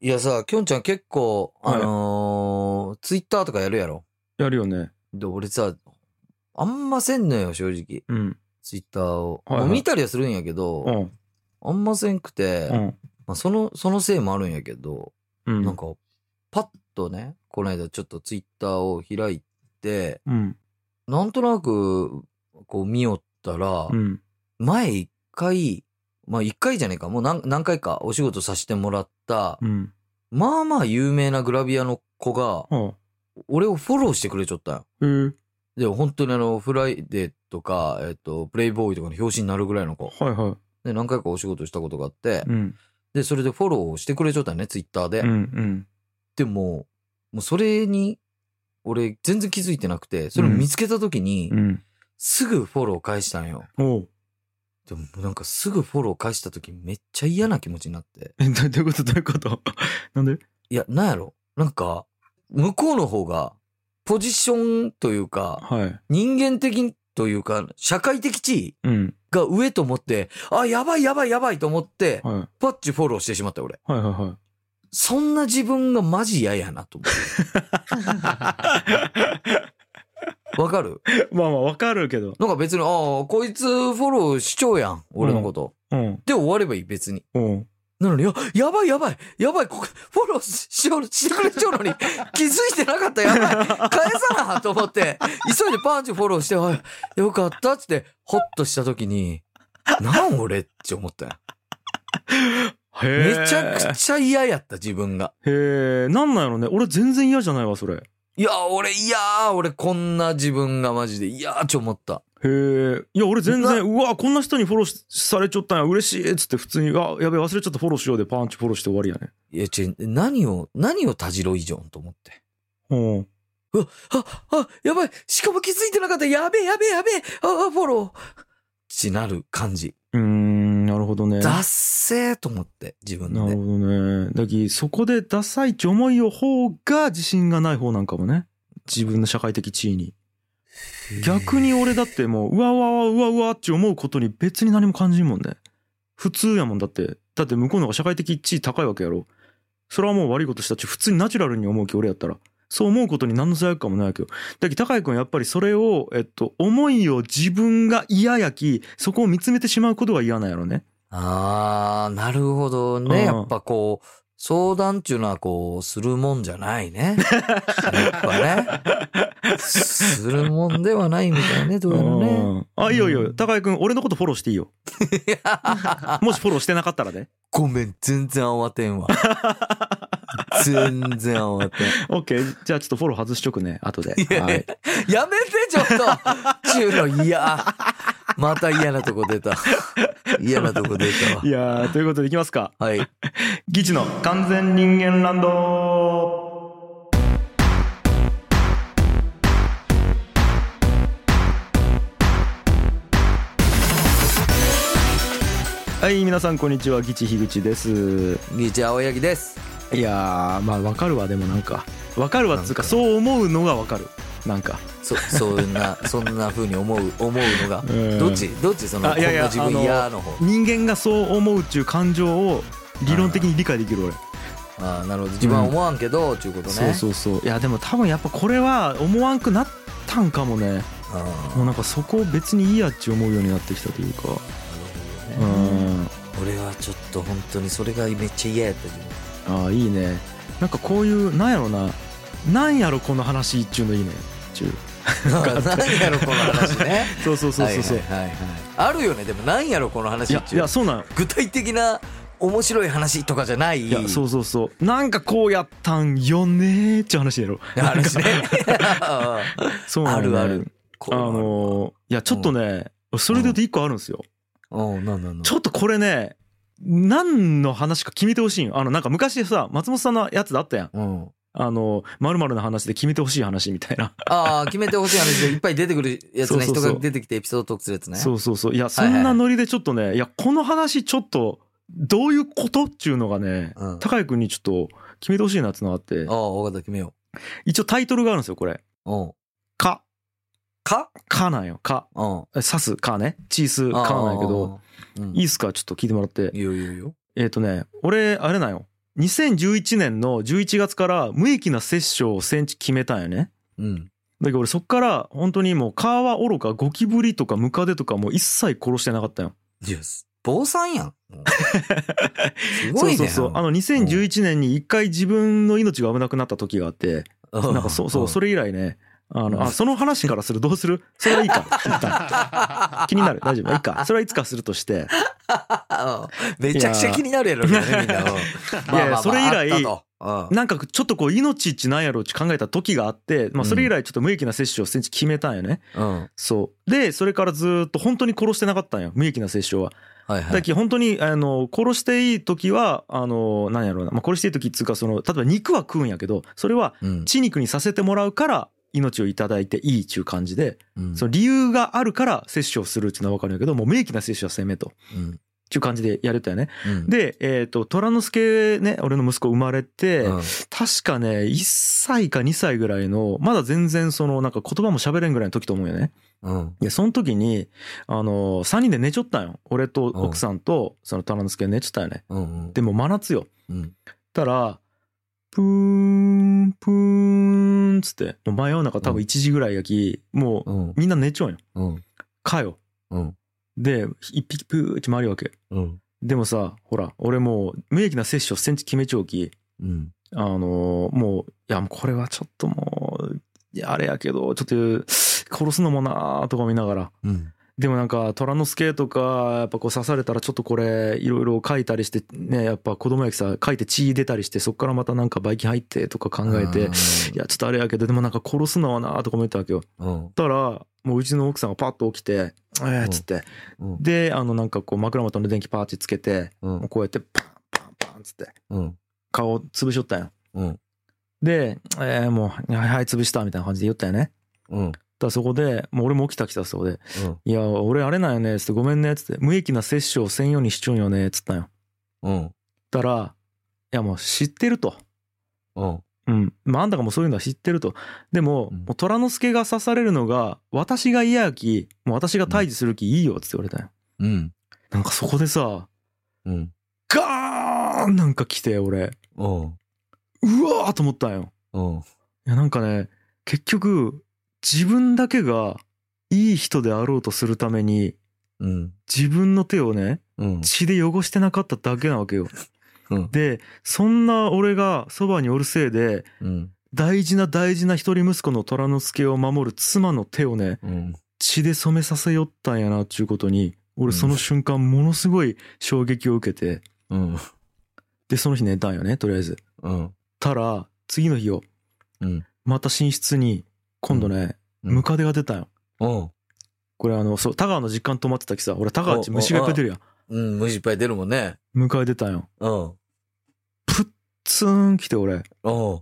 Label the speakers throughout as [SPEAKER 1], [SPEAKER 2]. [SPEAKER 1] いやさ、きょんちゃん結構、
[SPEAKER 2] はい
[SPEAKER 1] あのー、ツイッターとかやるやろ。
[SPEAKER 2] やるよね。
[SPEAKER 1] で、俺さ、あんませんのよ、正直。
[SPEAKER 2] うん。
[SPEAKER 1] ツイッターを。
[SPEAKER 2] はいはい
[SPEAKER 1] まあ見たりはするんやけ
[SPEAKER 2] う
[SPEAKER 1] ど、
[SPEAKER 2] ん。
[SPEAKER 1] あんませんくて、
[SPEAKER 2] うん。
[SPEAKER 1] まあ、その、そのせいもあるんやけど、
[SPEAKER 2] うん。
[SPEAKER 1] なんか、パッとね、この間ちょっとツイッターを開いて、
[SPEAKER 2] うん。
[SPEAKER 1] なんとなく、こう見よったら、
[SPEAKER 2] うん。
[SPEAKER 1] 前一回、まあ一回じゃねえか、もう何何回かお仕事させてもらった、
[SPEAKER 2] うん。
[SPEAKER 1] まあまあ有名なグラビアの子が、
[SPEAKER 2] ああ。
[SPEAKER 1] 俺をフォローしてくれちゃったよ。
[SPEAKER 2] えー。
[SPEAKER 1] で、本当にあの、フライデーとか、えっと、プレイボーイとかの表紙になるぐらいの子。
[SPEAKER 2] はいは
[SPEAKER 1] で、何回かお仕事したことがあって
[SPEAKER 2] い。う、ん。
[SPEAKER 1] で、それでフォローをしてくれちゃったよね、ツイッターで。
[SPEAKER 2] うん。うん。
[SPEAKER 1] でも、もうそれに、俺全然気づいてなくて、それを見つけた時に、
[SPEAKER 2] うん。
[SPEAKER 1] すぐフォロー返したんよ。
[SPEAKER 2] おう。
[SPEAKER 1] でもなんかすぐフォロー返した時めっちゃ嫌な気持ちになって。
[SPEAKER 2] え、どどういうことど ういうことなんで
[SPEAKER 1] いや、なんやろなんか、向こうの方が、ポジションというか、
[SPEAKER 2] はい。
[SPEAKER 1] 人間的というか、社会的地位
[SPEAKER 2] うん。
[SPEAKER 1] が上と思って、あ、やばいやばいやばいと思って、
[SPEAKER 2] はい。はい
[SPEAKER 1] パッチフォローしてしまった俺。
[SPEAKER 2] はいは
[SPEAKER 1] そんな自分がマジ嫌やなと思 って。わかる
[SPEAKER 2] い。まあまあ、わかるけど。
[SPEAKER 1] なんか別に、ああ、こいつフォローしちゃうやん、俺のこと。
[SPEAKER 2] うん。
[SPEAKER 1] で終わればいい、別に。
[SPEAKER 2] おう。
[SPEAKER 1] なのに、や、やばいやばい、やばい、こフォローししようしてくれちゃうのに、気づいてなかった、やばい、返さなと思って、急いでパンチフォローして、あよかったっつって、ほっとした時に、なん俺って思ったよ。
[SPEAKER 2] へ
[SPEAKER 1] め
[SPEAKER 2] え。
[SPEAKER 1] ちゃくちゃ嫌やった、自分が。
[SPEAKER 2] へえ。なんなんやろね。俺全然嫌じゃないわ、それ。へ
[SPEAKER 1] いや、俺、いやー、俺、こんな自分がマジで、いやーって思った。
[SPEAKER 2] え。いや、俺全
[SPEAKER 1] な
[SPEAKER 2] 然、うわ、こんな人にフォローしされちゃったんや。嬉しいっつって普通に、あ、やべえ、忘れちゃったフォローしようでパンチフォローして終わりやね。
[SPEAKER 1] いや、ち何を、何をたじろ以上と思って。
[SPEAKER 2] おう。
[SPEAKER 1] あ、あ、やばい、しかも気づいてなかった、やべえ、やべえ、やべえ、あ、あフォロー。ちなる感じ。
[SPEAKER 2] うーん、なるほどね。
[SPEAKER 1] ダッセーと思って、自分
[SPEAKER 2] なる
[SPEAKER 1] で。
[SPEAKER 2] ほどね。だき、そこでダサいって思いを方が自信がない方なんかもね。自分の社会的地位に。逆に俺だってもう、うわうわうわうわうわって思うことに別に何も感じんもんね。普通やもんだって。だって向こうの方が社会的地位高いわけやろ。それはもう悪いことしたち、普通にナチュラルに思うき俺やったら。そう思うことに何の罪悪感もないわけよ。だけど、高井君やっぱりそれを、えっと、思いを自分が嫌やき、そこを見つめてしまうことが嫌なんやろね。
[SPEAKER 1] あー、なるほど
[SPEAKER 2] うん
[SPEAKER 1] ね。やっぱこう、相談っていうのはこう、するもんじゃないね。やっぱ ね。するもんではないみたいね、どうやらね。
[SPEAKER 2] うんあ、いいよいいうよ。
[SPEAKER 1] ん
[SPEAKER 2] 高井くん、俺のことフォローしていいよ。 もしフォローしてなかったらね。
[SPEAKER 1] ごめん、全然慌て んわ。全然慌てん。
[SPEAKER 2] オッケー。じゃあちょっとフォロー外しとくね、後で。
[SPEAKER 1] いや
[SPEAKER 2] はい。
[SPEAKER 1] やめて、ちょっとちゅうの、いや。また嫌なとこ出た。嫌なとこ出たわ
[SPEAKER 2] い。やーということでいきますか。
[SPEAKER 1] はい。
[SPEAKER 2] ギチの完全人間ランド。はい、皆さんこんにちは。ギチ樋口です。
[SPEAKER 1] ギーチ青柳です。
[SPEAKER 2] いやー、まあわかるわ、でもなんか。わかるわっつうか、
[SPEAKER 1] なんか
[SPEAKER 2] そう思うのがわかる。なんか。
[SPEAKER 1] そ、 そんな、そんな風に思う、思うのが。
[SPEAKER 2] うん
[SPEAKER 1] どっちどっちその、
[SPEAKER 2] あいやいや
[SPEAKER 1] こんな自分嫌の方。
[SPEAKER 2] 人間がそう思うっちゅう感情を理論的に理解できる俺、
[SPEAKER 1] ああ、なるほど。自分は思わんけど、ちゅうことね。
[SPEAKER 2] そうそうそういやでも多分やっぱこれは思わんくなったんかもね
[SPEAKER 1] ああ
[SPEAKER 2] もうなんかそこを別にいいやっちゅう思うようになってきたというか
[SPEAKER 1] なる
[SPEAKER 2] う
[SPEAKER 1] ほどね
[SPEAKER 2] ん
[SPEAKER 1] 俺はちょっと本当にそれがめっちゃ嫌やった自分。
[SPEAKER 2] ああいいねなんかこういうなんやろななんやろこの話っちゅうのいいねっちゅう
[SPEAKER 1] 何やろ、この話ね。
[SPEAKER 2] そうそうそうそうそう、
[SPEAKER 1] はいはいはいはいあるよね、でも何やろ、この
[SPEAKER 2] い
[SPEAKER 1] 話っ
[SPEAKER 2] や
[SPEAKER 1] て
[SPEAKER 2] い
[SPEAKER 1] いう
[SPEAKER 2] や。そうなんよ
[SPEAKER 1] 具体的な面白い話とかじゃない。。
[SPEAKER 2] いやそううそうそうなんかこうやったんよねーっちゅう話やろ
[SPEAKER 1] 話ね。
[SPEAKER 2] そうなんよね
[SPEAKER 1] あるあるこ
[SPEAKER 2] あ
[SPEAKER 1] う
[SPEAKER 2] のーいやちょっとね、それで言うと一個あるんですよ、
[SPEAKER 1] うん、なんなんなん。
[SPEAKER 2] ちょっとこれね、何の話か決めてほしいんよ。あの、なんか昔さ、松本さんのやつだったやん。
[SPEAKER 1] うん。
[SPEAKER 2] あの、〇〇の話で決めてほしい話みたいな。
[SPEAKER 1] ああ、決めてほしい話でいっぱい出てくるやつね。
[SPEAKER 2] そうそうそう
[SPEAKER 1] 人が出てきてエピソードトークするやつね。
[SPEAKER 2] そうそうそう。いや、そ
[SPEAKER 1] はいはい
[SPEAKER 2] んなノリでちょっとね、いや、この話ちょっと、どういうことっちゅうのがね、
[SPEAKER 1] うん
[SPEAKER 2] 高井くんにちょっと決めてほしいなっていうのがあって
[SPEAKER 1] あ、あ、わかった、決めよ
[SPEAKER 2] 一応タイトルがあるんですよ、これ。
[SPEAKER 1] う。うん。
[SPEAKER 2] か。
[SPEAKER 1] か
[SPEAKER 2] かなんよ。か。
[SPEAKER 1] うん。
[SPEAKER 2] え刺すかね。チース
[SPEAKER 1] あ
[SPEAKER 2] か
[SPEAKER 1] あ
[SPEAKER 2] なんやけど、
[SPEAKER 1] うん
[SPEAKER 2] いいっすかちょっと聞いてもらって。
[SPEAKER 1] いいよいいよいいよ。
[SPEAKER 2] えっ、とね、俺、あれなんよ。 2011年の11月から無益な殺生を戦地決めたんよね。
[SPEAKER 1] うん。
[SPEAKER 2] だけど俺そっから本当にもう皮はおろかゴキブリとかムカデとかもう一切殺してなかったよ。
[SPEAKER 1] いや、坊さんやん。 もうすごいね。
[SPEAKER 2] そうそうそう。あの2011年に一回自分の命が危なくなった時があって、
[SPEAKER 1] う
[SPEAKER 2] なんかそうそう、そ
[SPEAKER 1] れ。
[SPEAKER 2] れ以来ね、あ
[SPEAKER 1] うん
[SPEAKER 2] の、あ、その話からするどうするそれはいいか。 一旦気になる。大丈夫。いいか。それはいつかするとして。
[SPEAKER 1] めちゃくちゃ気になるやろうね、みんな。うんまあまあまあ
[SPEAKER 2] それ以来
[SPEAKER 1] あったとうん
[SPEAKER 2] なんかちょっとこう命ってなんやろうって考えた時があって、まあそれ以来ちょっと無益な摂取を戦地決めたんよね。
[SPEAKER 1] うん。
[SPEAKER 2] そう。で、それからずーっと本当に殺してなかったんよ。無益な摂取は。
[SPEAKER 1] はいは
[SPEAKER 2] だ
[SPEAKER 1] い。
[SPEAKER 2] けど本当に、あの、殺していい時は、あの、なんやろうな。まあ殺していい時っつうか、その、例えば肉は食うんやけど、それは
[SPEAKER 1] うん
[SPEAKER 2] 血肉にさせてもらうから命をいただいていいっていう感じで、
[SPEAKER 1] うん
[SPEAKER 2] その理由があるから摂取をするっていうのは分かるんやけど、もう無益な摂取は攻めと。っ
[SPEAKER 1] うん
[SPEAKER 2] ていう感じでやれたよね。
[SPEAKER 1] うん
[SPEAKER 2] で、えっ、と、虎之助ね、俺の息子生まれて、
[SPEAKER 1] うん
[SPEAKER 2] 確かね、1歳か2歳ぐらいの、まだ全然その、なんか言葉も喋れんぐらいの時と思うよね。
[SPEAKER 1] うん
[SPEAKER 2] いや、その時に、あの、3人で寝ちょったんよ。俺と奥さんと、その虎之助寝ちょったよね。
[SPEAKER 1] うん
[SPEAKER 2] でも真夏よ。
[SPEAKER 1] うん
[SPEAKER 2] たら、プーン、プーン、つって、もう真夜中多分1時ぐらいやき、もう
[SPEAKER 1] うん
[SPEAKER 2] みんな寝ちょんよ。
[SPEAKER 1] うん
[SPEAKER 2] かよ。
[SPEAKER 1] うん
[SPEAKER 2] で、一匹プーって回るわけ。
[SPEAKER 1] うん
[SPEAKER 2] でもさ、ほら、俺もう無益な摂取をセンチ決めちょうき、
[SPEAKER 1] うん
[SPEAKER 2] あのーもう、いや、もうこれはちょっともう、いやあれやけど、ちょっと、殺すのもなーとか見ながら。
[SPEAKER 1] うん
[SPEAKER 2] でもなんか、虎之助とか、やっぱこう刺されたらちょっとこれ、いろいろ書いたりして、ね、やっぱ子供やきさ、書いて血出たりして、そっからまたなんかバイキン入ってとか考えて、いや、ちょっとあれやけど、でもなんか殺すのはなーとか思ったわけよ。
[SPEAKER 1] うん
[SPEAKER 2] たら、もううちの奥さんがパッと起きて、えーっつって、
[SPEAKER 1] うん
[SPEAKER 2] で、あのなんかこう枕元の電気パーチつけて、
[SPEAKER 1] うん
[SPEAKER 2] こうやってパンパンパンつって
[SPEAKER 1] うん
[SPEAKER 2] 顔潰しよったんよ。
[SPEAKER 1] うん
[SPEAKER 2] で、えーもう、はいはい潰したみたいな感じで言ったよね。
[SPEAKER 1] うん
[SPEAKER 2] ただそこで、もう俺も起きた来たそうで、いや、俺あれなんよね、つってごめんね、つって、無益な摂取をせんようにしちょんよね、つったんよ。
[SPEAKER 1] うん
[SPEAKER 2] たら、いやもう知ってると。
[SPEAKER 1] うん
[SPEAKER 2] うん。まああんたがもうそういうのは知ってると。でも、
[SPEAKER 1] うん
[SPEAKER 2] もう虎之助が刺されるのが、私が嫌やき、もう私が退治する気いいよ、つって言われたんよ。
[SPEAKER 1] うん
[SPEAKER 2] なんかそこでさ、
[SPEAKER 1] うん
[SPEAKER 2] ガーンなんか来て、俺。
[SPEAKER 1] うん
[SPEAKER 2] うわーと思ったんよ。
[SPEAKER 1] うん
[SPEAKER 2] いやなんかね結局自分だけがいい人であろうとするために
[SPEAKER 1] うん
[SPEAKER 2] 自分の手をね
[SPEAKER 1] うん
[SPEAKER 2] 血で汚してなかっただけなわけよ。
[SPEAKER 1] うん
[SPEAKER 2] でそんな俺がそばにおるせいで
[SPEAKER 1] うん
[SPEAKER 2] 大事な大事な一人息子の虎之助を守る妻の手をね
[SPEAKER 1] うん
[SPEAKER 2] 血で染めさせよったんやなっちゅうことに俺その瞬間ものすごい衝撃を受けて
[SPEAKER 1] うん
[SPEAKER 2] でその日寝たんよねとりあえず。
[SPEAKER 1] うん
[SPEAKER 2] たら次の日を
[SPEAKER 1] うん
[SPEAKER 2] また寝室に今度ね
[SPEAKER 1] うん
[SPEAKER 2] ムカデが出たんよ。
[SPEAKER 1] うん
[SPEAKER 2] これあの、そう、田川の実家に泊まってたきさ、俺田川っち虫がいっぱい出るやん。
[SPEAKER 1] うん虫いっぱい出るもんね
[SPEAKER 2] 迎え出たんよ。
[SPEAKER 1] うん
[SPEAKER 2] ツーン来て俺、
[SPEAKER 1] うん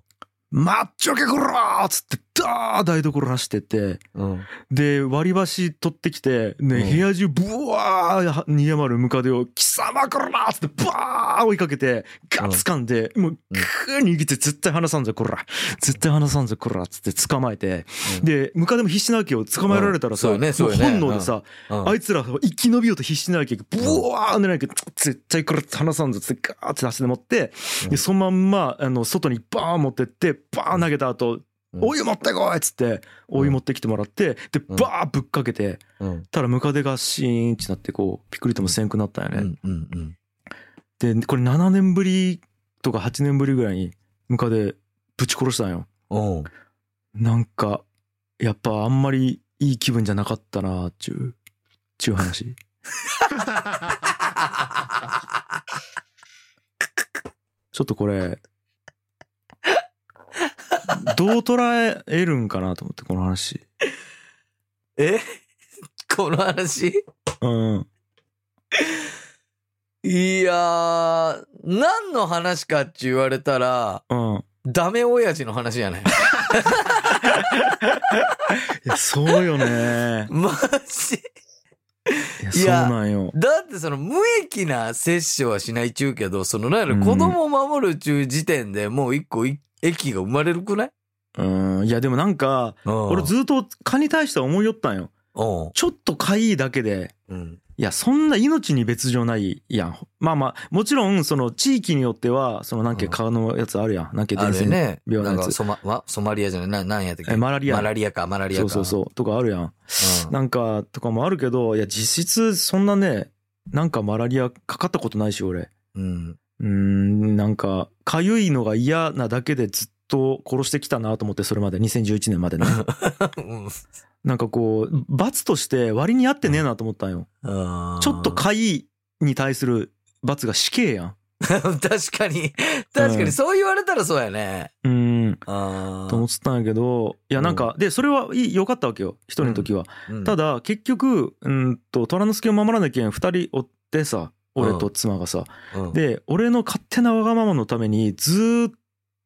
[SPEAKER 2] マッチョケこらーっつって、ダー台所走ってって、
[SPEAKER 1] うん
[SPEAKER 2] で、割り箸取ってきて、ね、
[SPEAKER 1] うん
[SPEAKER 2] 部屋中、ブワーは逃げ回るムカデを、貴様こらーっつって、バー追いかけて、ガッ掴んで、もう、クー握って、絶対離さんぞこら、絶対離さんぞこらっつって捕まえて、
[SPEAKER 1] で
[SPEAKER 2] で、ムカデも必死なわけよ、捕まえられたらさ、
[SPEAKER 1] うんそうよねそうよね
[SPEAKER 2] もう本能でさ、
[SPEAKER 1] うん
[SPEAKER 2] あいつら生き延びようと必死になるけど、ブワーってなるけど、絶対これ離さんぞ、つってガーって足で持って
[SPEAKER 1] う、ん
[SPEAKER 2] で、そのまんま、あの、外にバーン持ってって、バーン投げた後、
[SPEAKER 1] うん
[SPEAKER 2] お湯持ってこいっつって、お湯持ってきてもらって、で、
[SPEAKER 1] うん
[SPEAKER 2] バーぶっかけて、
[SPEAKER 1] うん
[SPEAKER 2] たらムカデがシーンってなって、こう、ピクリともせんくなったん
[SPEAKER 1] う
[SPEAKER 2] よね。
[SPEAKER 1] んうんうん
[SPEAKER 2] で、これ7年ぶりとか8年ぶりぐらいに、ムカデぶち殺したんよ。
[SPEAKER 1] うん
[SPEAKER 2] なんか、やっぱあんまりいい気分じゃなかったな、っちゅう、ちゅう話。ちょっとこれ、どう捉えるんかなと思って、この話。
[SPEAKER 1] え この話
[SPEAKER 2] うん。
[SPEAKER 1] いやー、何の話かって言われたら、
[SPEAKER 2] うん。
[SPEAKER 1] ダメ親父の話やね。
[SPEAKER 2] いや、そうよね。
[SPEAKER 1] マジ
[SPEAKER 2] いや、
[SPEAKER 1] い
[SPEAKER 2] そう
[SPEAKER 1] や
[SPEAKER 2] なんよ。
[SPEAKER 1] だってその無益な摂取はしないっちゅうけど、そのなんやろ、
[SPEAKER 2] うん
[SPEAKER 1] 子供を守るっちゅう時点でもう一個い益が生まれるくない
[SPEAKER 2] うん。いや、でもなんか、
[SPEAKER 1] 俺
[SPEAKER 2] 俺ずっと蚊に対しては思いよったんよ。
[SPEAKER 1] うん。
[SPEAKER 2] ちょっとかいいだけで、
[SPEAKER 1] うん。
[SPEAKER 2] いや、そんな命に別状ないやん。まあまあ、もちろん、その地域によっては、そのなんけ川のやつあるやん。なんけ
[SPEAKER 1] あ
[SPEAKER 2] 伝
[SPEAKER 1] るよ
[SPEAKER 2] 染
[SPEAKER 1] ね。
[SPEAKER 2] 病の
[SPEAKER 1] な
[SPEAKER 2] や
[SPEAKER 1] ん
[SPEAKER 2] つ
[SPEAKER 1] かソマ、わソマリアじゃない、ななんやったっけ
[SPEAKER 2] えマラリア
[SPEAKER 1] マラリアか、マラリアか。
[SPEAKER 2] そうそう
[SPEAKER 1] う
[SPEAKER 2] そう。とかあるやん。
[SPEAKER 1] そ
[SPEAKER 2] なんか、とかもあるけど、いや、実質、そんなね、なんかマラリアかかったことないし、俺。
[SPEAKER 1] うん。うん。
[SPEAKER 2] うーん、なんか、かゆいのが嫌なだけでずっと殺してきたなと思って、それまで、2011年ま でね。
[SPEAKER 1] うん
[SPEAKER 2] なんかこう、罰として割に合ってねえなと思ったんよ。
[SPEAKER 1] あー
[SPEAKER 2] ちょっとかゆいに対する罰が死刑やん。
[SPEAKER 1] 確かに。確か
[SPEAKER 2] うん
[SPEAKER 1] に。そう言われたらそうやね。
[SPEAKER 2] うーん。
[SPEAKER 1] あ
[SPEAKER 2] と思ってたんやけどいやなんか、でそれはいい良かったわけよ一人の時は、た
[SPEAKER 1] だ、
[SPEAKER 2] だ結局うんと虎之助を守らなきゃ二人おってさ俺と妻がさ、
[SPEAKER 1] うん、
[SPEAKER 2] で俺の勝手なわがままのためにずーっ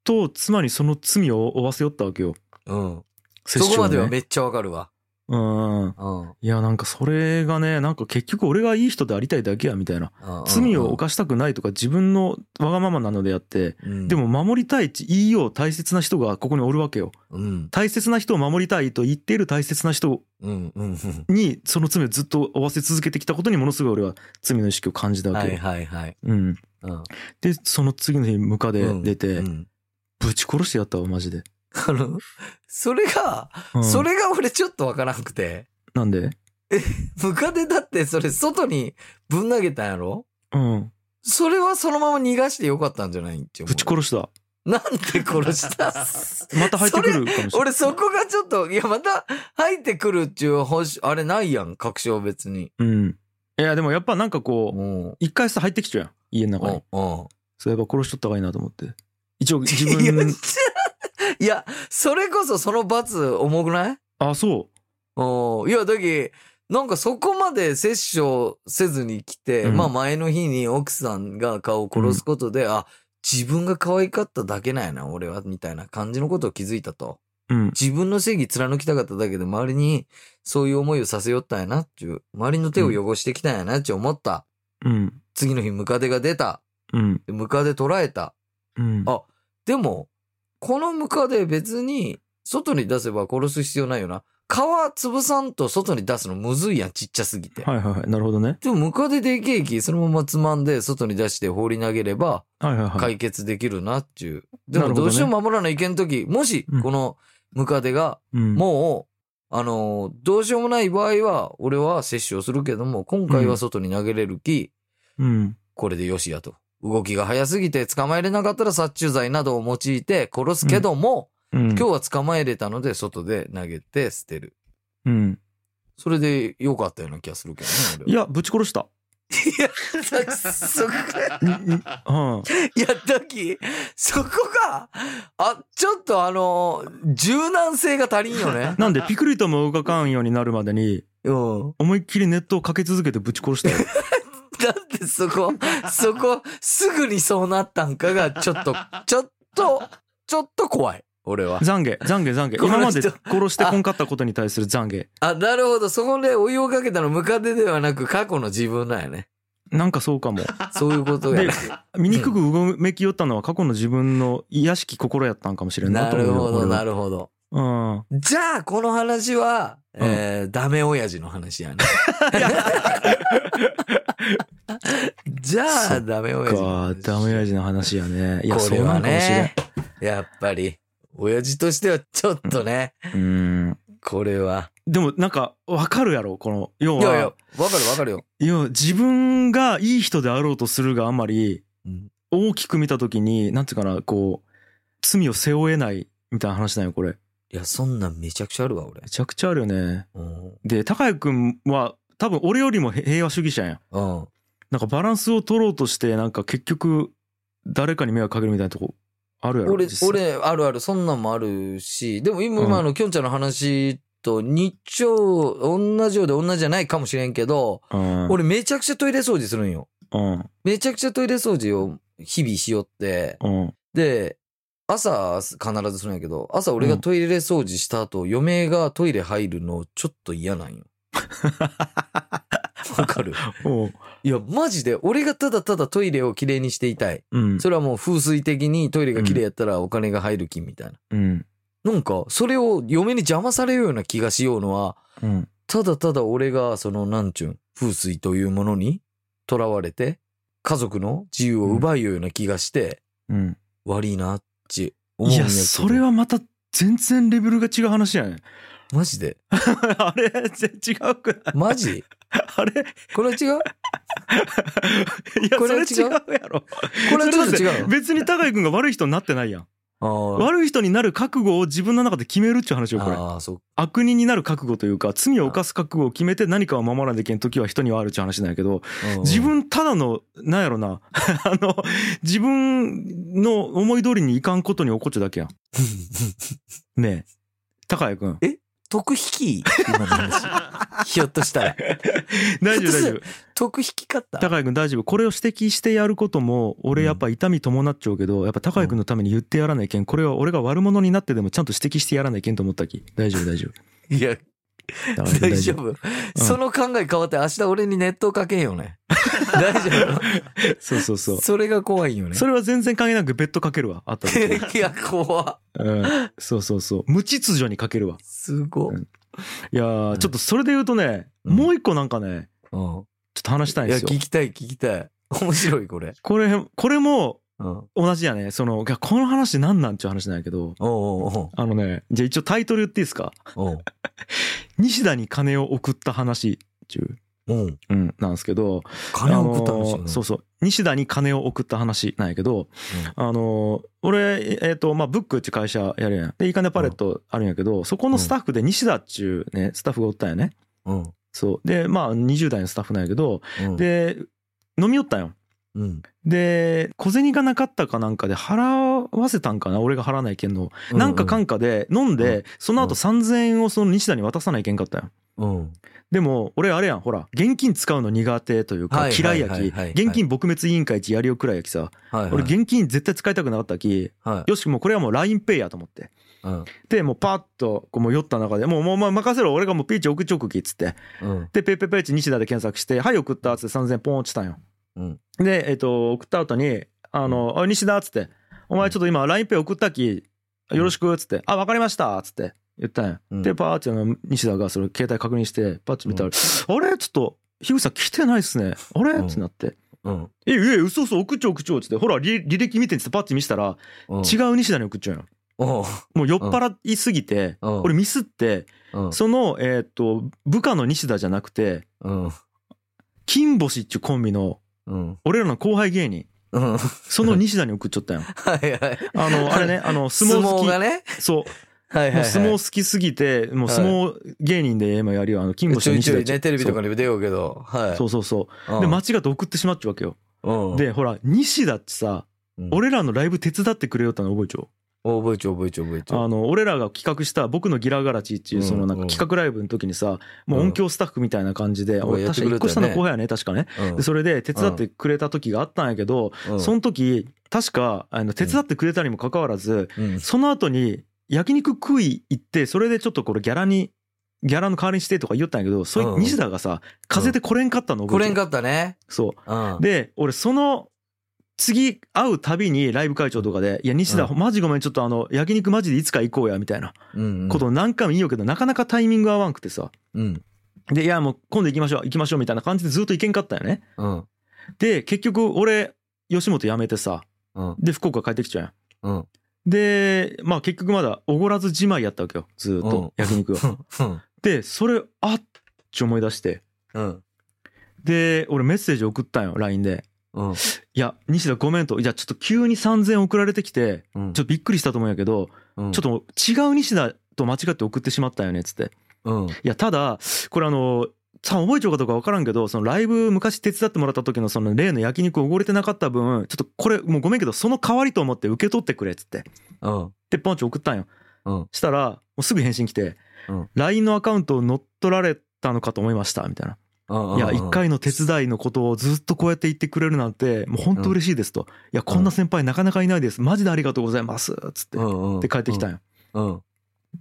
[SPEAKER 2] と妻にその罪を負わせよったわけよ
[SPEAKER 1] うん。
[SPEAKER 2] 摂
[SPEAKER 1] そこ
[SPEAKER 2] 取を
[SPEAKER 1] まで
[SPEAKER 2] ね
[SPEAKER 1] はめっちゃわかるわ。
[SPEAKER 2] うん
[SPEAKER 1] うん。
[SPEAKER 2] いやなんかそれがねなんか結局俺がいい人でありたいだけやみたいな罪を犯したくないとか自分のわがままなのであって
[SPEAKER 1] うん
[SPEAKER 2] で、も守りたいって言いよう大切な人がここにおるわけよ
[SPEAKER 1] うん。
[SPEAKER 2] 大切な人を守りたいと言っている大切な人
[SPEAKER 1] うん。うん。うん
[SPEAKER 2] にその罪をずっと負わせ続けてきたことにものすごい俺は罪の意識を感じ たわ
[SPEAKER 1] は
[SPEAKER 2] けよ、
[SPEAKER 1] いはいはい。
[SPEAKER 2] うん、
[SPEAKER 1] うん。
[SPEAKER 2] でその次の日ムカで出て
[SPEAKER 1] うん
[SPEAKER 2] ぶち殺してやったわマジで、
[SPEAKER 1] あの、それが、
[SPEAKER 2] うん
[SPEAKER 1] それが俺ちょっとわからなくて。
[SPEAKER 2] なんで
[SPEAKER 1] ムカデだってそれ外にぶん投げたんやろ
[SPEAKER 2] うん
[SPEAKER 1] それはそのまま逃がしてよかったんじゃないんって思う
[SPEAKER 2] ぶち殺した
[SPEAKER 1] なんで殺したっす
[SPEAKER 2] また入ってくるかもしれない
[SPEAKER 1] 俺そこがちょっと、いやまた入ってくるっていう保守あれないやん、確証別に。
[SPEAKER 2] うんいやでもやっぱなんか
[SPEAKER 1] う。
[SPEAKER 2] こうん
[SPEAKER 1] うん。
[SPEAKER 2] 一回さ入ってきちゃうやん家の中
[SPEAKER 1] う
[SPEAKER 2] に
[SPEAKER 1] ん
[SPEAKER 2] そういえば殺しとった方がいいなと思って一 応自
[SPEAKER 1] いや
[SPEAKER 2] 分
[SPEAKER 1] いや、それこそその罰重くない
[SPEAKER 2] あそう
[SPEAKER 1] うん。いや、だけどなんかそこまで摂取をせずに来て、
[SPEAKER 2] うん
[SPEAKER 1] まあ前の日に奥さんが顔を殺すことで、あ、自分が可愛かっただけなんやな、俺は、みたいな感じのことを気づいたと。
[SPEAKER 2] うん
[SPEAKER 1] 自分の正義貫きたかっただけで、周りにそういう思いをさせよったんやなっていう、周りの手を汚してきたんやなって思った。
[SPEAKER 2] うん
[SPEAKER 1] 次の日、ムカデが出た。
[SPEAKER 2] うん
[SPEAKER 1] でムカデ捕らえた。
[SPEAKER 2] うん
[SPEAKER 1] あでも、このムカデ別に外に出せば殺す必要ないよな。皮潰さんと外に出すのむずいやん、ちっちゃすぎて。
[SPEAKER 2] はいはいはいなるほどね
[SPEAKER 1] でもムカデでケーキそのままつまんで外に出して放り投げれば
[SPEAKER 2] はいはいはい、
[SPEAKER 1] 解決できるなっていう。で
[SPEAKER 2] な
[SPEAKER 1] も
[SPEAKER 2] るほ
[SPEAKER 1] ど
[SPEAKER 2] どね
[SPEAKER 1] うしても守らないけんとき、もし
[SPEAKER 2] うん
[SPEAKER 1] このムカデが
[SPEAKER 2] うん、
[SPEAKER 1] もう、あのーどうしようもない場合は俺は摂取をするけども、今回は外に投げれるき、
[SPEAKER 2] うん
[SPEAKER 1] これでよしやと。動きが早すぎて捕まえれなかったら殺虫剤などを用いて殺すけども、
[SPEAKER 2] うん、
[SPEAKER 1] 今日は捕まえれたので外で投げて捨てる。
[SPEAKER 2] うん
[SPEAKER 1] それでよかったような気がするけどね。
[SPEAKER 2] いや、ぶち殺した。
[SPEAKER 1] 俺は、そこが、
[SPEAKER 2] うん。
[SPEAKER 1] いや、だき、そこが、あ、ちょっとあの、柔軟性が足りんよ ね。
[SPEAKER 2] なんで、ピクリとも動かんようになるまでに、
[SPEAKER 1] うん。
[SPEAKER 2] 思いっきりネットをかけ続けてぶち殺したよ。
[SPEAKER 1] だってそこ、そこ、すぐにそうなったんかが、ちょっと、ちょっと、ちょっと怖い。俺は。
[SPEAKER 2] 懺悔、懺悔、懺悔。
[SPEAKER 1] この人
[SPEAKER 2] 今まで殺してこんかったことに対する懺
[SPEAKER 1] あ、なるほど。そこでお湯をかけたのムカデではなく過去の自分なんやね。
[SPEAKER 2] 悔。なんかそうかも。
[SPEAKER 1] そういうことや
[SPEAKER 2] で
[SPEAKER 1] ね。、
[SPEAKER 2] 醜くうごめきよったのは過去の自分の卑しき心やったんかもしれんな
[SPEAKER 1] な
[SPEAKER 2] と思
[SPEAKER 1] る
[SPEAKER 2] うよ。
[SPEAKER 1] ほど、
[SPEAKER 2] 俺
[SPEAKER 1] な
[SPEAKER 2] は
[SPEAKER 1] るほど。
[SPEAKER 2] うん。
[SPEAKER 1] じゃあ、この話は、えー、ダメ親父の話 やね。じゃあ、ダメ親父の
[SPEAKER 2] か、
[SPEAKER 1] 話。
[SPEAKER 2] ダメ親父の話やね。いや、
[SPEAKER 1] こ
[SPEAKER 2] そ
[SPEAKER 1] れ
[SPEAKER 2] うな
[SPEAKER 1] は
[SPEAKER 2] んかもしれん
[SPEAKER 1] ね。、やっぱり、親父としてはちょっとね、
[SPEAKER 2] うん。
[SPEAKER 1] これは。
[SPEAKER 2] でも、なんか、わかるやろ、この、要
[SPEAKER 1] いやいや、わ
[SPEAKER 2] は
[SPEAKER 1] か、るわかるよ。
[SPEAKER 2] 要は自分がいい人であろうとするがあんまり、
[SPEAKER 1] うん
[SPEAKER 2] 大きく見た時になんていうかなこう罪を背負えないみたいな話なんよこれ
[SPEAKER 1] いや、そんなんめちゃくちゃあるわ、俺
[SPEAKER 2] め。ちゃくちゃあるよね
[SPEAKER 1] うん。
[SPEAKER 2] で高谷君は多分俺よりもへ平和主義者やん
[SPEAKER 1] うん。
[SPEAKER 2] なんかバランスを取ろうとしてなんか結局誰かに迷惑かけるみたいなとこあるやろ
[SPEAKER 1] 俺
[SPEAKER 2] 実、際
[SPEAKER 1] 俺、あるある、そんなんもあるし、でも今、
[SPEAKER 2] うん
[SPEAKER 1] 今のきょんちゃんの話と、日常、同じようで同じじゃないかもしれんけど、
[SPEAKER 2] うん
[SPEAKER 1] 俺めちゃくちゃトイレ掃除するんよ。
[SPEAKER 2] うん
[SPEAKER 1] めちゃくちゃトイレ掃除を日々しよって、
[SPEAKER 2] うん
[SPEAKER 1] で、朝、必ずするんやけど、朝俺がトイレ掃除した後、嫁がトイレ入るのちょっと嫌なん よ。わかる
[SPEAKER 2] おう
[SPEAKER 1] いや、マジで、俺がただただトイレをきれいにしていたい。
[SPEAKER 2] うん
[SPEAKER 1] それはもう風水的にトイレがきれいやったらお金が入る金みたいな。
[SPEAKER 2] うん
[SPEAKER 1] なんか、それを嫁に邪魔されるような気がしようのは、
[SPEAKER 2] うん
[SPEAKER 1] ただただ俺が、その、なんちゅうん、風水というものに囚われて、家族の自由を奪うような気がして、
[SPEAKER 2] うん。
[SPEAKER 1] 悪いな、っち思うん
[SPEAKER 2] い
[SPEAKER 1] やけ
[SPEAKER 2] や、
[SPEAKER 1] ど。
[SPEAKER 2] それ。はまた全然レベルが違う話やねん。
[SPEAKER 1] マジで
[SPEAKER 2] あれぜ違うくない
[SPEAKER 1] マジ
[SPEAKER 2] あれ
[SPEAKER 1] これは違う
[SPEAKER 2] いや、
[SPEAKER 1] これ
[SPEAKER 2] それ
[SPEAKER 1] は
[SPEAKER 2] 違
[SPEAKER 1] 違う
[SPEAKER 2] うやろ。
[SPEAKER 1] これはちょっと
[SPEAKER 2] それだ
[SPEAKER 1] 違
[SPEAKER 2] て
[SPEAKER 1] う。
[SPEAKER 2] 別に高井くんが悪い人になってないやん。
[SPEAKER 1] あー
[SPEAKER 2] 悪い人になる覚悟を自分の中で決めるっていう話よ、これ。
[SPEAKER 1] あー、そう。
[SPEAKER 2] 悪人になる覚悟というか、罪を犯す覚悟を決めて何かを守らなきゃいけん時は人にはあるっていう話なんやけど、
[SPEAKER 1] うん
[SPEAKER 2] 自 分ただの、なんやろな、 あの、自分の思い通りにいかんことに怒っちゃだけやん。ねえ。高谷くん。
[SPEAKER 1] 得引き今の話。ひょっとしたら。
[SPEAKER 2] 大丈夫大丈夫。
[SPEAKER 1] 得引きかった。
[SPEAKER 2] 高井君大丈夫これを指摘してやることも俺やっぱ痛み伴っちゃうけどやっぱ高井君のために言ってやらないけんこれは俺が悪者になってでもちゃんと指摘してやらないけんと思ったき大丈夫大丈
[SPEAKER 1] いや、
[SPEAKER 2] 夫高井君
[SPEAKER 1] 大丈夫。
[SPEAKER 2] うん
[SPEAKER 1] その考え変わって明日俺に熱湯かけんよ ね。大丈
[SPEAKER 2] そうそうそ
[SPEAKER 1] 夫。
[SPEAKER 2] う
[SPEAKER 1] それが怖いんよね。
[SPEAKER 2] それは全然関係なくベッドかけるわあった時
[SPEAKER 1] いや、怖
[SPEAKER 2] うんそうそうそう無秩序にかけるわ
[SPEAKER 1] すごっ。
[SPEAKER 2] うんいやーちょっとそれで言うとね
[SPEAKER 1] うん
[SPEAKER 2] もう一個なんかね
[SPEAKER 1] うん。
[SPEAKER 2] ちょっと話したいん
[SPEAKER 1] いや、
[SPEAKER 2] ですよ
[SPEAKER 1] 聞きたい、聞きたい。面白い、これ。
[SPEAKER 2] これこれも
[SPEAKER 1] うん。おう
[SPEAKER 2] 同じやねそのいやこの話なんなんちゅう話なんやけど
[SPEAKER 1] おうおう
[SPEAKER 2] あのねじゃあ一応タイトル言っていいですか
[SPEAKER 1] おう。
[SPEAKER 2] 西田に金を送った話っていう
[SPEAKER 1] うん。
[SPEAKER 2] うん、なんですけど
[SPEAKER 1] 金を送った
[SPEAKER 2] あの
[SPEAKER 1] の
[SPEAKER 2] ーそうそう西田に金を送った話なんやけど、あのー俺、えっとまあ、ブックっていう会社やるやんでいい金パレットあるんやけど、そこのスタッフで西田っちゅうねスタッフがおったんやね
[SPEAKER 1] うん。
[SPEAKER 2] そうでまあ20代のスタッフなんやけど
[SPEAKER 1] うん。、
[SPEAKER 2] で飲みよったんよ
[SPEAKER 1] うん。
[SPEAKER 2] で小銭がなかったかなんかで払わせたんかな俺が払わないけんの、なんかかんかで飲んで、
[SPEAKER 1] う
[SPEAKER 2] その後3000円をその西田に渡さないけんかったんよ
[SPEAKER 1] うん。
[SPEAKER 2] でも俺あれやんほら現金使うの苦手というか
[SPEAKER 1] はい
[SPEAKER 2] 嫌いや
[SPEAKER 1] は
[SPEAKER 2] き
[SPEAKER 1] いはいはい
[SPEAKER 2] 現金撲滅委員会一やりよくらいやきさ
[SPEAKER 1] はい。
[SPEAKER 2] 俺、現金絶対使いたくなかったき
[SPEAKER 1] は
[SPEAKER 2] よしもうこれはもう LINEPay やと思って
[SPEAKER 1] い。うん。
[SPEAKER 2] でもうパッとこうもう酔った中でもうもうまあ任せろ俺がもうピーチ送っちょくきっつって
[SPEAKER 1] うん。
[SPEAKER 2] でペイペイペイチ西田で検索してはい送ったっつって3000ポン落ちたんよ
[SPEAKER 1] うん
[SPEAKER 2] でえっと送った後にあのおい西田っつってお前ちょっと今 LINEPay 送ったきよろしくっつってあわかりましたっつって言ったんよ
[SPEAKER 1] うん。
[SPEAKER 2] で、パーってあの西田がその携帯確認して、パッと見たら、あれちょっと、樋口さん来てないっすね。あれ
[SPEAKER 1] うん
[SPEAKER 2] ってなって。
[SPEAKER 1] うん。
[SPEAKER 2] え、え、嘘嘘、送っちょ、送っちょ、つって、ほら、履履歴見てんっつって、パッて見せたら、
[SPEAKER 1] うん
[SPEAKER 2] 違う西田に送っちゃうよ。
[SPEAKER 1] おう。
[SPEAKER 2] もう酔っ払いすぎて、
[SPEAKER 1] うん
[SPEAKER 2] 俺ミスって、
[SPEAKER 1] うん。
[SPEAKER 2] その、えーっと、部下の西田じゃなくて、
[SPEAKER 1] うん。
[SPEAKER 2] 金星っちゅうコンビの、
[SPEAKER 1] うん。
[SPEAKER 2] 俺らの後輩芸人、
[SPEAKER 1] うん。は
[SPEAKER 2] その西田に送っち ゃったよ。
[SPEAKER 1] いはい。
[SPEAKER 2] あの、あれね、あの、相
[SPEAKER 1] 相
[SPEAKER 2] 撲
[SPEAKER 1] 撲
[SPEAKER 2] 好き。
[SPEAKER 1] がね。
[SPEAKER 2] そう、
[SPEAKER 1] はいはい、
[SPEAKER 2] も
[SPEAKER 1] は
[SPEAKER 2] う
[SPEAKER 1] い。
[SPEAKER 2] 相撲好きすぎて、もう相撲芸人で今やるよ、あの、金
[SPEAKER 1] ち
[SPEAKER 2] 星
[SPEAKER 1] ょ
[SPEAKER 2] の
[SPEAKER 1] いち
[SPEAKER 2] 西
[SPEAKER 1] ょ
[SPEAKER 2] 田っ
[SPEAKER 1] い
[SPEAKER 2] ちゅう
[SPEAKER 1] ね、テレビとかにも出ようけど、はい。
[SPEAKER 2] そうそうそう。
[SPEAKER 1] うん
[SPEAKER 2] で間違って送ってしまっちゃうわけよ。
[SPEAKER 1] うん、
[SPEAKER 2] でほら西田ってさ
[SPEAKER 1] うん、
[SPEAKER 2] 俺らのライブ手伝ってくれよったの覚えちょ
[SPEAKER 1] お覚えちょ、覚えちょ、覚えち
[SPEAKER 2] あ
[SPEAKER 1] ょ。
[SPEAKER 2] の俺らが企画した「僕のギラガラチ」っていう
[SPEAKER 1] うん
[SPEAKER 2] そのなん
[SPEAKER 1] う
[SPEAKER 2] か
[SPEAKER 1] ん
[SPEAKER 2] 企画ライブの時にさもう
[SPEAKER 1] うん
[SPEAKER 2] 音響スタッフみたいな感じで
[SPEAKER 1] うん
[SPEAKER 2] 俺
[SPEAKER 1] やって
[SPEAKER 2] 確
[SPEAKER 1] く
[SPEAKER 2] か
[SPEAKER 1] れたよね
[SPEAKER 2] 1個下の後輩やね確かね
[SPEAKER 1] うん
[SPEAKER 2] でそれで手伝ってくれた時があったんやけど
[SPEAKER 1] うん
[SPEAKER 2] その時確かあの手伝ってくれたにもかかわらず
[SPEAKER 1] うん
[SPEAKER 2] その後に焼肉食い行ってそれでちょっとこれギャラにギャラの代わりにしてとか言ったんやけどそううん西田がさ風邪で来れんかったの
[SPEAKER 1] こ
[SPEAKER 2] 覚
[SPEAKER 1] れ
[SPEAKER 2] えて
[SPEAKER 1] ん
[SPEAKER 2] る
[SPEAKER 1] かったね。
[SPEAKER 2] そう
[SPEAKER 1] うん。
[SPEAKER 2] で俺その次会うたびにライブ会長とかで「いや西田、
[SPEAKER 1] う
[SPEAKER 2] マジごめんちょっとあの焼肉マジでいつか行こうや」みたいな
[SPEAKER 1] うん、うん
[SPEAKER 2] ことを何回も言いようけどなかなかタイミング合わんくてさ
[SPEAKER 1] うん。
[SPEAKER 2] で「いやもう今度行きましょう行きましょう」みたいな感じでずっと行けんかったよね
[SPEAKER 1] うん。
[SPEAKER 2] で結局俺吉本辞めてさ
[SPEAKER 1] うん。
[SPEAKER 2] で福岡帰ってきちゃうやん
[SPEAKER 1] うん。
[SPEAKER 2] でまあ結局まだおごらずじまいやったわけよずーっと
[SPEAKER 1] うん
[SPEAKER 2] 焼肉を
[SPEAKER 1] うん。
[SPEAKER 2] でそれあっち思い出して
[SPEAKER 1] うん。
[SPEAKER 2] で俺メッセージ送ったんよ LINE で
[SPEAKER 1] うん。
[SPEAKER 2] 「いや西田ごめん」と「いやちょっと急に3,000送られてきて
[SPEAKER 1] うん。
[SPEAKER 2] ちょっとびっくりしたと思うんやけど、
[SPEAKER 1] ょ
[SPEAKER 2] ちょっ
[SPEAKER 1] と。
[SPEAKER 2] と違う西田と間違って送ってしまったよねっつって。
[SPEAKER 1] うん。
[SPEAKER 2] いや、ただ、これあの、さ覚えちゃうかどうか分からんけど、そのライブ昔手伝ってもらった時のその例の焼肉おごれてなかった分、ちょっとこれもうごめんけど、その代わりと思って受け取ってくれっつって。
[SPEAKER 1] うん。
[SPEAKER 2] で、ポンチ送ったんよ。
[SPEAKER 1] うん
[SPEAKER 2] したら、もうすぐ返信来て、
[SPEAKER 1] うん
[SPEAKER 2] LINE のアカウントを乗っ取られたのかと思いました、みたいな。
[SPEAKER 1] うん。
[SPEAKER 2] いや、一。回の手伝いのことをずっとこうやって言ってくれるなんて、もう本当嬉しいですと。いや、こんな先輩なかなかいないです。マジでありがとうございます。つって
[SPEAKER 1] う。ん。うん。
[SPEAKER 2] で帰ってきたんよ。
[SPEAKER 1] うん。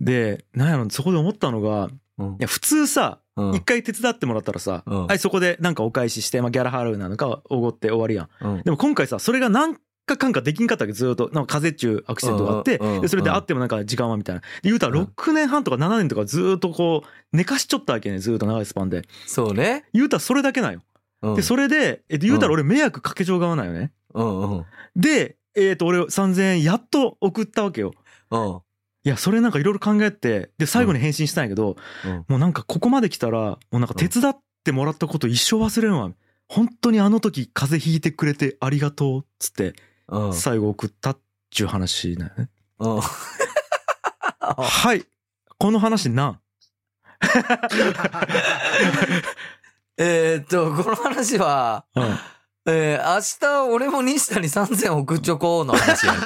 [SPEAKER 2] で、なんやろ、そこで思ったのが、
[SPEAKER 1] うん
[SPEAKER 2] い。や、普通さ、
[SPEAKER 1] うん。
[SPEAKER 2] 一回手伝ってもらったらさ、
[SPEAKER 1] うん
[SPEAKER 2] はい、そこでなんかお返しして、まあ、ギャラ払うなのか、おごって終わりやん。
[SPEAKER 1] うん。
[SPEAKER 2] でも今回さ、それが何かかんかできんかったわけずっとなんか風っちゅうアクシデントがあって
[SPEAKER 1] うんうんうん
[SPEAKER 2] でそれであってもなんか時間はみたいなで言うたら6年半とか7年とかずっとこう寝かしちょったわけねずっと長いスパンで
[SPEAKER 1] そうね。
[SPEAKER 2] 言うたらそれだけなんよ
[SPEAKER 1] うん
[SPEAKER 2] でそれでえっと言うたら俺迷惑かけちょう側なんよね
[SPEAKER 1] うんうん。
[SPEAKER 2] でえっと俺3000円やっと送ったわけよ
[SPEAKER 1] うん。
[SPEAKER 2] いやそれなんかいろいろ考えてで最後に返信したんやけど
[SPEAKER 1] うん
[SPEAKER 2] もうなんかここまで来たらもうなんか手伝ってもらったこと一生忘れんわ本当にあの時風邪ひいてくれてありがとうっつって
[SPEAKER 1] うん。
[SPEAKER 2] 最後送ったっちゅう話なんよね
[SPEAKER 1] うん。
[SPEAKER 2] はいこの話なん
[SPEAKER 1] えーっと、この話は、
[SPEAKER 2] うん
[SPEAKER 1] えー、明日俺も西田に3000送っちょこうの話やね。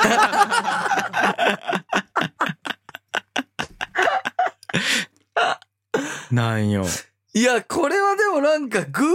[SPEAKER 2] なんよ
[SPEAKER 1] いや、これはでもなんか偶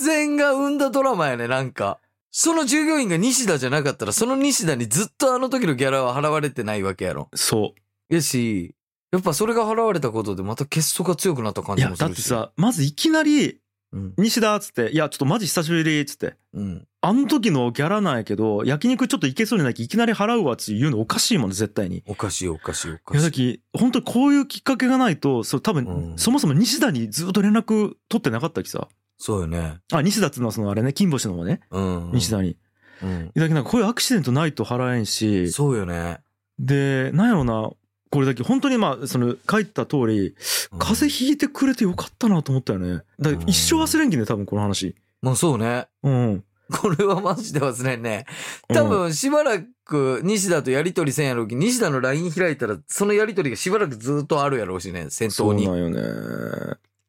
[SPEAKER 1] 然が生んだドラマやね、なんか。その従業員が西田じゃなかったら、その西田にずっとあの時のギャラは払われてないわけやろ。
[SPEAKER 2] そ
[SPEAKER 1] やし、やっぱそれが払われたことでまた結束が強くなった感
[SPEAKER 2] うい
[SPEAKER 1] じ
[SPEAKER 2] や
[SPEAKER 1] もす
[SPEAKER 2] だっ
[SPEAKER 1] る
[SPEAKER 2] て
[SPEAKER 1] し。
[SPEAKER 2] さまずいきなり
[SPEAKER 1] うん。
[SPEAKER 2] 「西田」っつって「いやちょっとマジ久しぶり」っつって
[SPEAKER 1] うん。
[SPEAKER 2] 「あの時のギャラなんやけど焼肉ちょっといけそうにないきいきなり払うわ」っつって言うのおかしいもんね絶対に
[SPEAKER 1] おかしいおかしいお
[SPEAKER 2] い
[SPEAKER 1] か
[SPEAKER 2] や
[SPEAKER 1] し
[SPEAKER 2] だ
[SPEAKER 1] い。
[SPEAKER 2] き本当にこういうきっかけがないとそう多分、
[SPEAKER 1] うん
[SPEAKER 2] そもそも西田にずっと連絡取ってなかったきさ
[SPEAKER 1] そうよね。
[SPEAKER 2] あ西田っつうのはそのあれね金星の方ね
[SPEAKER 1] うん。
[SPEAKER 2] 西。田に、
[SPEAKER 1] うん。
[SPEAKER 2] だけどなんかこういうアクシデントないと払えんし
[SPEAKER 1] そうよね。
[SPEAKER 2] でなんやろうなこれだけ本当にまあその書いた通り
[SPEAKER 1] うん
[SPEAKER 2] 風邪ひいてくれてよかったなと思ったよねだから一生忘れんきね多分この話
[SPEAKER 1] まあそうね。
[SPEAKER 2] うん
[SPEAKER 1] これはマジで忘れんね。多
[SPEAKER 2] うん
[SPEAKER 1] 分しばらく西田とやりとりせんやろうき、西田の LINE 開いたら、そのやりとりがしばらくずっとあるやろうしね、先
[SPEAKER 2] そ
[SPEAKER 1] 頭
[SPEAKER 2] う
[SPEAKER 1] に。
[SPEAKER 2] なんよね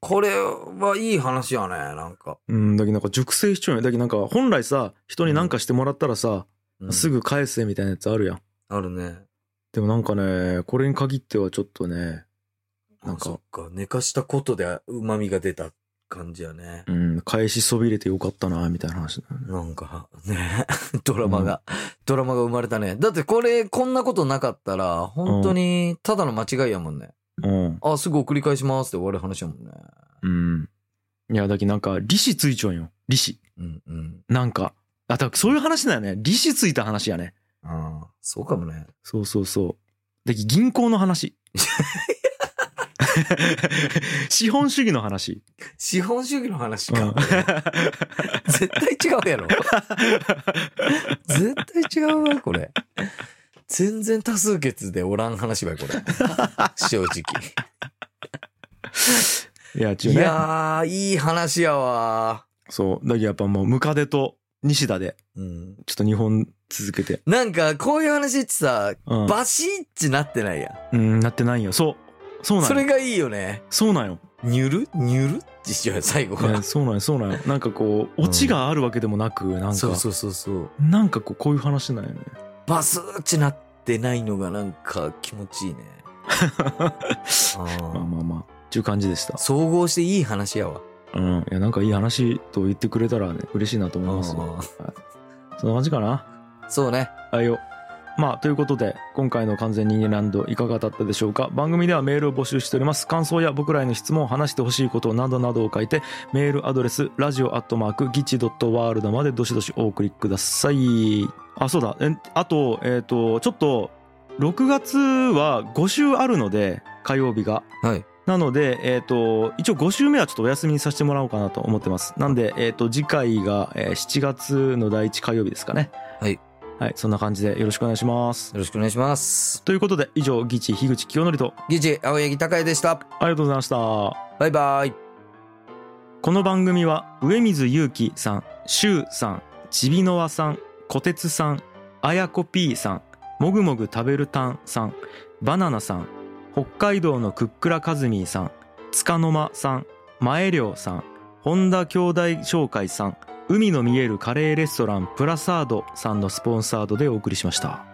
[SPEAKER 1] これはいい話やね、なんか。
[SPEAKER 2] うんだけどなんか熟成しちゃうよねだけどなんか本来さ人に何かしてもらったらさ、
[SPEAKER 1] うん
[SPEAKER 2] すぐ返せみたいなやつあるやん
[SPEAKER 1] あるね。
[SPEAKER 2] でもなんかね、これに限ってはちょっとね、な
[SPEAKER 1] なんんか。
[SPEAKER 2] か
[SPEAKER 1] そっか、寝かしたことで旨味が出た感じやね。
[SPEAKER 2] うん、返しそびれてよかったな、みたいな話だよね。
[SPEAKER 1] なんか、ね、 ドラマが、ドラマが生まれたね。だってこれ、こんなことなかったら、本当に、ただの間違いやもんね。
[SPEAKER 2] うん。
[SPEAKER 1] あ、すぐ送り返しますって終わる話やもんね。
[SPEAKER 2] うん。いや、だけどなんか、利子ついちゃうんよ。利子。
[SPEAKER 1] うんうん。
[SPEAKER 2] なんか。あ、だからそういう話だよね。利子ついた話やね。
[SPEAKER 1] ああ、そうかもね。
[SPEAKER 2] そうそうそう。だけど銀行の話。 資本主義の話。
[SPEAKER 1] 資本主義の話
[SPEAKER 2] う
[SPEAKER 1] か。
[SPEAKER 2] ん
[SPEAKER 1] 絶対違うやろ。絶対違うわ、これ。全然多数決でおらん話ばい、これ。正直。
[SPEAKER 2] いや、ちゅう
[SPEAKER 1] い
[SPEAKER 2] ね。
[SPEAKER 1] やー、いい話やわ。
[SPEAKER 2] そう。だけどやっぱもう、ムカデと西田で、
[SPEAKER 1] うん。
[SPEAKER 2] ちょっと日本続けて。
[SPEAKER 1] なんか、こういう話ってさ、
[SPEAKER 2] うん。
[SPEAKER 1] バシッチなってないやん。
[SPEAKER 2] うん、なってないよ。そう。そうなん
[SPEAKER 1] そ
[SPEAKER 2] よ
[SPEAKER 1] れがいいよね。
[SPEAKER 2] そうなんよ。
[SPEAKER 1] ニュルニュルってしちゃう、最後
[SPEAKER 2] ね
[SPEAKER 1] は。
[SPEAKER 2] そうなんよ、そうなんよ。なんかこう、オチがあるわけでもなく、なんか、
[SPEAKER 1] そうそうそうそう。
[SPEAKER 2] なんかこう、こういう話なんよね。
[SPEAKER 1] バスッチなってないのがなんか気持ちいい ね。あ
[SPEAKER 2] まあ
[SPEAKER 1] ー
[SPEAKER 2] まあまあ、っていう感じでした。
[SPEAKER 1] 総合していい話やわ。
[SPEAKER 2] うん。いや、なんかいい話と言ってくれたらね、嬉しいなと思いますよ。
[SPEAKER 1] あ
[SPEAKER 2] そんな感じかな。
[SPEAKER 1] ーそうね。
[SPEAKER 2] あいよ。まあ、ということで、今回の完全人間ランドいかがだったでしょうか番組ではメールを募集しております。感想や僕らへの質問を話してほしいことなどなどを書いて、メールアドレス、ラジオアットマーク、ギチドットワールドまでどしどしお送りください。あ、そうだ。えあと、えっ、と、ちょっと、6月は5週あるので、火曜日が。
[SPEAKER 1] はい。
[SPEAKER 2] なので、えっ、と、一応5週目はちょっとお休みにさせてもらおうかなと思ってます。なんで、えっ、と、次回が、えー7月の第1火曜日ですかね。
[SPEAKER 1] はい。
[SPEAKER 2] はい、そんな感じでよろしくお願いします。
[SPEAKER 1] よろしくお願いします。
[SPEAKER 2] ということで、以上、ギチ、樋口清則と、
[SPEAKER 1] ギチ、青柳高也でした。
[SPEAKER 2] ありがとうございました。
[SPEAKER 1] バイバイ。
[SPEAKER 2] この番組は上水祐樹さん、しゅうさん、ちびのわさん、こてつさん、あやこ P さん、もぐもぐ食べるたんさん、バナナさん、北海道のクックラカズミーさん、つかの間さん、まえりょうさん、本田兄弟紹介さん、海の見えるカレーレストランプラサードさんのスポンサードでお送りしました。